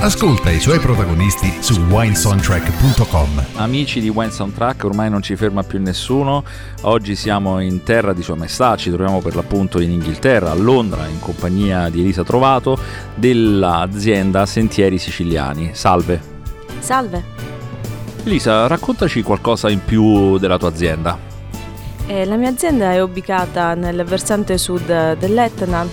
Ascolta i suoi protagonisti su winesoundtrack.com. Amici di Wine Soundtrack, ormai non ci ferma più nessuno. Oggi siamo in terra di sua maestà, ci troviamo per l'appunto in Inghilterra, a Londra, in compagnia di Elisa Trovato dell'azienda Sentieri Siciliani. Salve. Salve, Elisa, raccontaci qualcosa in più della tua azienda. Eh, la mia azienda è ubicata nel versante sud eh, dell'Etna,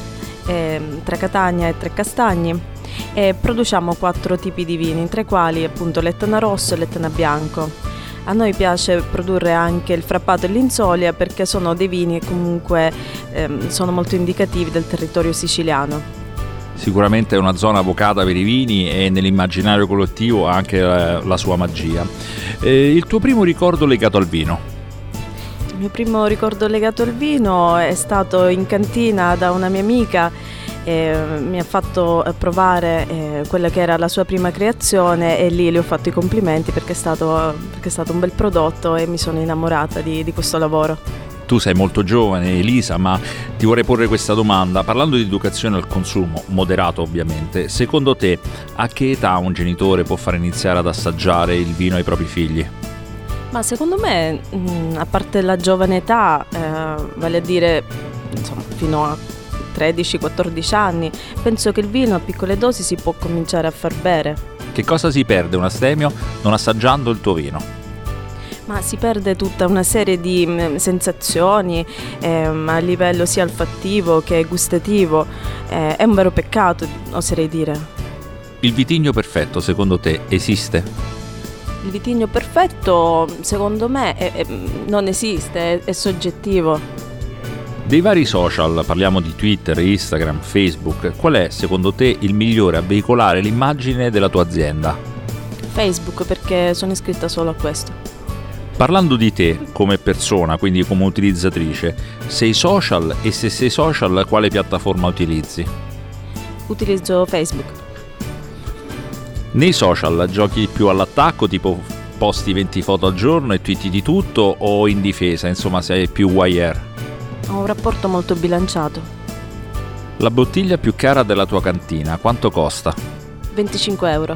ehm, tra Catania e Trecastagni, e produciamo quattro tipi di vini, tra i quali appunto l'Etna rosso e l'Etna bianco. A noi piace produrre anche il frappato e l'insolia perché sono dei vini che comunque ehm, sono molto indicativi del territorio siciliano. Sicuramente è una zona vocata per i vini e nell'immaginario collettivo ha anche eh, la sua magia. Eh, il tuo primo ricordo legato al vino? Il mio primo ricordo legato al vino è stato in cantina da una mia amica. eh, mi ha fatto eh, provare eh, quella che era la sua prima creazione e lì le ho fatto i complimenti perché è stato, perché è stato un bel prodotto e mi sono innamorata di- di questo lavoro. Tu sei molto giovane, Elisa, ma ti vorrei porre questa domanda. Parlando di educazione al consumo, moderato ovviamente, secondo te a che età un genitore può far iniziare ad assaggiare il vino ai propri figli? Ma secondo me, mh, a parte la giovane età, eh, vale a dire insomma, fino a 13-14 anni, penso che il vino a piccole dosi si può cominciare a far bere. Che cosa si perde un astemio non assaggiando il tuo vino? Ma si perde tutta una serie di mh, sensazioni ehm, a livello sia olfattivo che gustativo. Eh, è un vero peccato, oserei dire. Il vitigno perfetto, secondo te, esiste? Il vitigno perfetto, secondo me, è- è- non esiste, è- è soggettivo. Dei vari social, parliamo di Twitter, Instagram, Facebook, qual è secondo te il migliore a veicolare l'immagine della tua azienda? Facebook perché sono iscritta solo a questo. Parlando di te come persona, quindi come utilizzatrice, sei social e se sei social quale piattaforma utilizzi? Utilizzo Facebook. Nei social giochi più all'attacco, tipo posti 20 foto al giorno e twitti di tutto o in difesa, insomma sei più wire? Ho un rapporto molto bilanciato, La bottiglia più cara della tua cantina, quanto costa? 25 euro,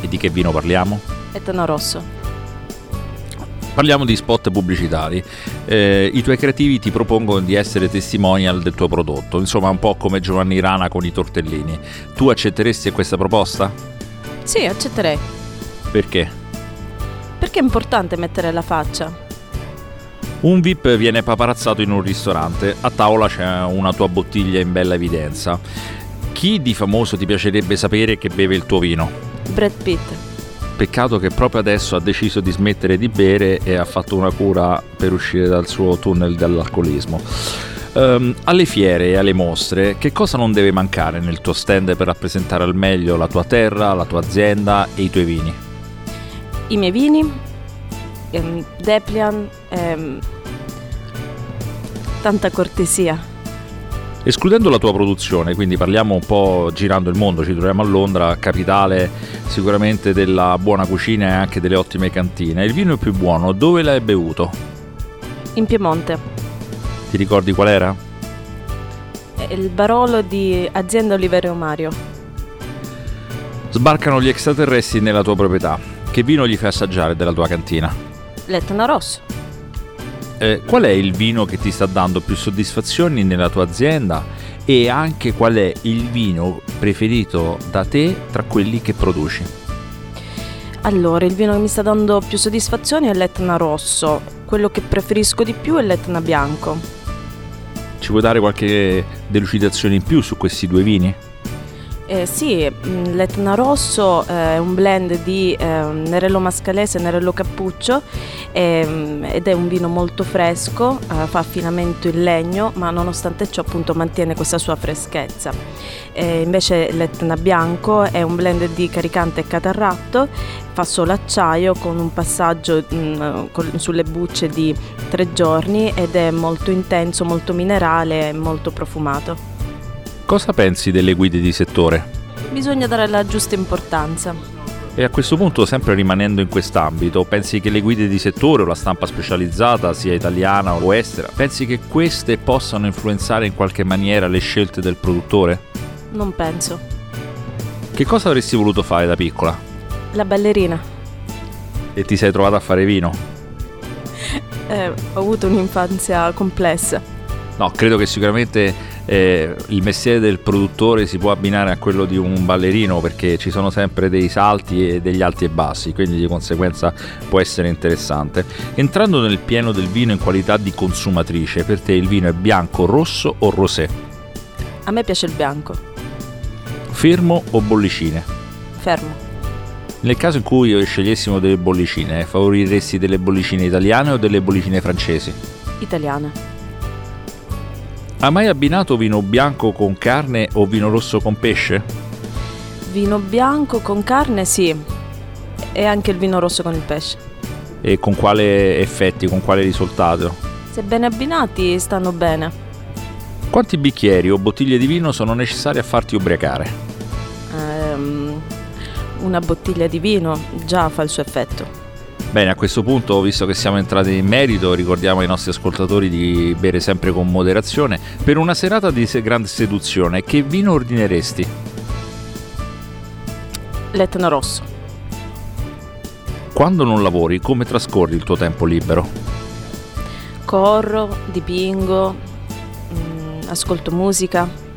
E di che vino parliamo? etano rosso. Parliamo di spot pubblicitari. Eh, I tuoi creativi ti propongono di essere testimonial del tuo prodotto, insomma un po' come Giovanni Rana con i tortellini. Tu accetteresti questa proposta? Sì, accetterei, Perché? perché è importante mettere la faccia. Un VIP viene paparazzato in un ristorante, a tavola c'è una tua bottiglia in bella evidenza. Chi di famoso ti piacerebbe sapere che beve il tuo vino? Brad Pitt, Peccato che proprio adesso ha deciso di smettere di bere e ha fatto una cura per uscire dal suo tunnel dell'alcolismo. Ehm, alle fiere e alle mostre, che cosa non deve mancare nel tuo stand per rappresentare al meglio la tua terra, la tua azienda e i tuoi vini? i miei vini, ehm, Deplian, ehm, tanta cortesia. Escludendo la tua produzione, quindi parliamo un po' girando il mondo, ci troviamo a Londra, capitale sicuramente della buona cucina e anche delle ottime cantine. Il vino più buono, dove l'hai bevuto? In Piemonte, Ti ricordi qual era? è eh, il Barolo di Azienda Oliverio Mario. Sbarcano gli extraterrestri nella tua proprietà. Che vino gli fai assaggiare della tua cantina? L'etano rosso, Eh, qual è il vino che ti sta dando più soddisfazioni nella tua azienda? E anche qual è il vino preferito da te tra quelli che produci? Allora, il vino che mi sta dando più soddisfazioni è l'Etna rosso, quello che preferisco di più è l'Etna bianco. Ci puoi dare qualche delucidazione in più su questi due vini? Eh, sì, mh, l'Etna Rosso eh, è un blend di eh, Nerello Mascalese e Nerello Cappuccio ehm, ed è un vino molto fresco, eh, fa affinamento in legno, ma nonostante ciò appunto mantiene questa sua freschezza. Eh, invece l'Etna Bianco è un blend di caricante e catarratto, fa solo acciaio con un passaggio mh, col- sulle bucce di tre giorni ed è molto intenso, molto minerale e molto profumato. Cosa pensi delle guide di settore? Bisogna dare la giusta importanza. E a questo punto, sempre rimanendo in quest'ambito, pensi che le guide di settore o la stampa specializzata, sia italiana o estera, pensi che queste possano influenzare in qualche maniera le scelte del produttore? Non penso. Che cosa avresti voluto fare da piccola? La ballerina. E ti sei trovata a fare vino? Eh, ho avuto un'infanzia complessa. No, credo che sicuramente eh, il mestiere del produttore si può abbinare a quello di un ballerino perché ci sono sempre dei salti e degli alti e bassi, quindi di conseguenza può essere interessante. Entrando nel pieno del vino in qualità di consumatrice, per te il vino è bianco, rosso o rosé? A me piace il bianco. Fermo o bollicine? Fermo. Nel caso in cui scegliessimo delle bollicine, eh, favoriresti delle bollicine italiane o delle bollicine francesi? Italiana. Ha mai abbinato vino bianco con carne o vino rosso con pesce? Vino bianco con carne, sì. E anche il vino rosso con il pesce. E con quale effetti, con quale risultato? Se ben abbinati, stanno bene. Quanti bicchieri o bottiglie di vino sono necessari a farti ubriacare? Ehm, una bottiglia di vino già fa il suo effetto. Bene, a questo punto, visto che siamo entrati in merito, ricordiamo ai nostri ascoltatori di bere sempre con moderazione. Per una serata di se- grande seduzione, che vino ordineresti? L'Etna rosso. Quando non lavori, come trascorri il tuo tempo libero? Corro, dipingo, mm, ascolto musica.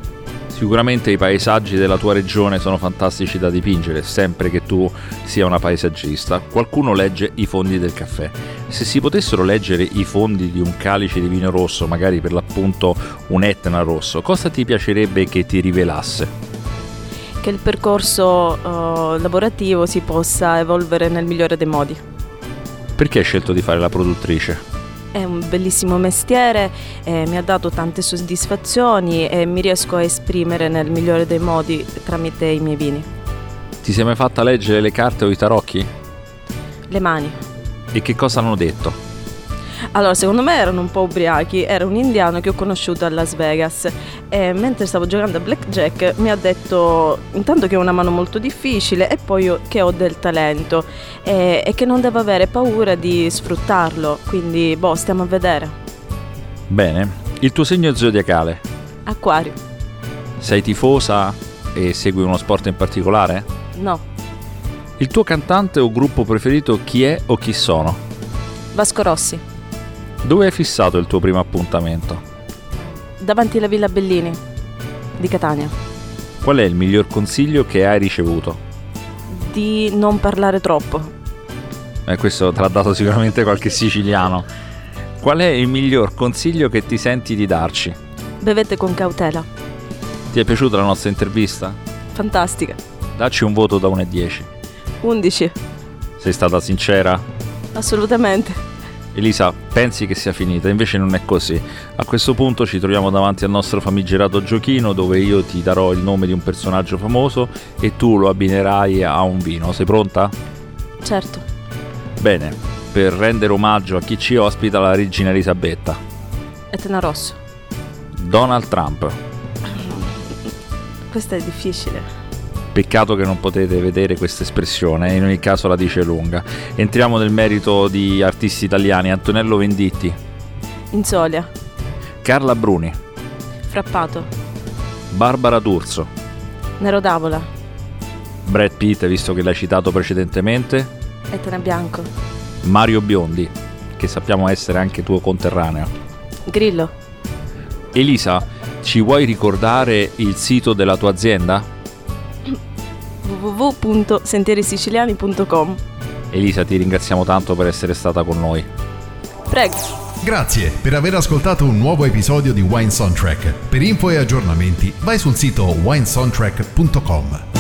Sicuramente i paesaggi della tua regione sono fantastici da dipingere, sempre che tu sia una paesaggista. Qualcuno legge i fondi del caffè. Se si potessero leggere i fondi di un calice di vino rosso, magari per l'appunto un Etna rosso, cosa ti piacerebbe che ti rivelasse? Che il percorso eh, lavorativo si possa evolvere nel migliore dei modi. Perché hai scelto di fare la produttrice? È un bellissimo mestiere, eh, mi ha dato tante soddisfazioni e mi riesco a esprimere nel migliore dei modi tramite i miei vini. Ti sei mai fatta leggere le carte o i tarocchi? Le mani. E che cosa hanno detto? Allora, secondo me erano un po' ubriachi. Era un indiano che ho conosciuto a Las Vegas. E mentre stavo giocando a blackjack mi ha detto intanto che è una mano molto difficile e poi io- che ho del talento e, e che non devo avere paura di sfruttarlo. Quindi, boh, stiamo a vedere. Bene, il tuo segno zodiacale. Acquario. Sei tifosa e segui uno sport in particolare? No. Il tuo cantante o gruppo preferito chi è o chi sono? Vasco Rossi. Dove hai fissato il tuo primo appuntamento? Davanti alla Villa Bellini di Catania. Qual è il miglior consiglio che hai ricevuto? Di non parlare troppo. Eh, questo te l'ha dato sicuramente qualche siciliano. Qual è il miglior consiglio che ti senti di darci? Bevete con cautela. Ti è piaciuta la nostra intervista? Fantastica. Dacci un voto da 1 a 10. 11. Sei stata sincera? Assolutamente. Elisa, pensi che sia finita, invece non è così. A questo punto ci troviamo davanti al nostro famigerato giochino dove io ti darò il nome di un personaggio famoso e tu lo abbinerai a un vino. Sei pronta? Certo. Bene, per rendere omaggio a chi ci ospita la regina Elisabetta, Etna Rosso. Donald Trump. Questa è difficile. Peccato che non potete vedere questa espressione, in ogni caso la dice lunga. Entriamo nel merito di artisti italiani, Antonello Venditti, Insolia, Carla Bruni, Frappato, Barbara D'Urso, Nero d'Avola, Brad Pitt, visto che l'hai citato precedentemente, Etna Bianco, Mario Biondi, che sappiamo essere anche tuo conterraneo. Grillo, Elisa, ci vuoi ricordare il sito della tua azienda? www.sentierisiciliani.com. Elisa, ti ringraziamo tanto per essere stata con noi. Prego. Grazie per aver ascoltato un nuovo episodio di Wine Soundtrack. Per info e aggiornamenti vai sul sito winesoundtrack.com.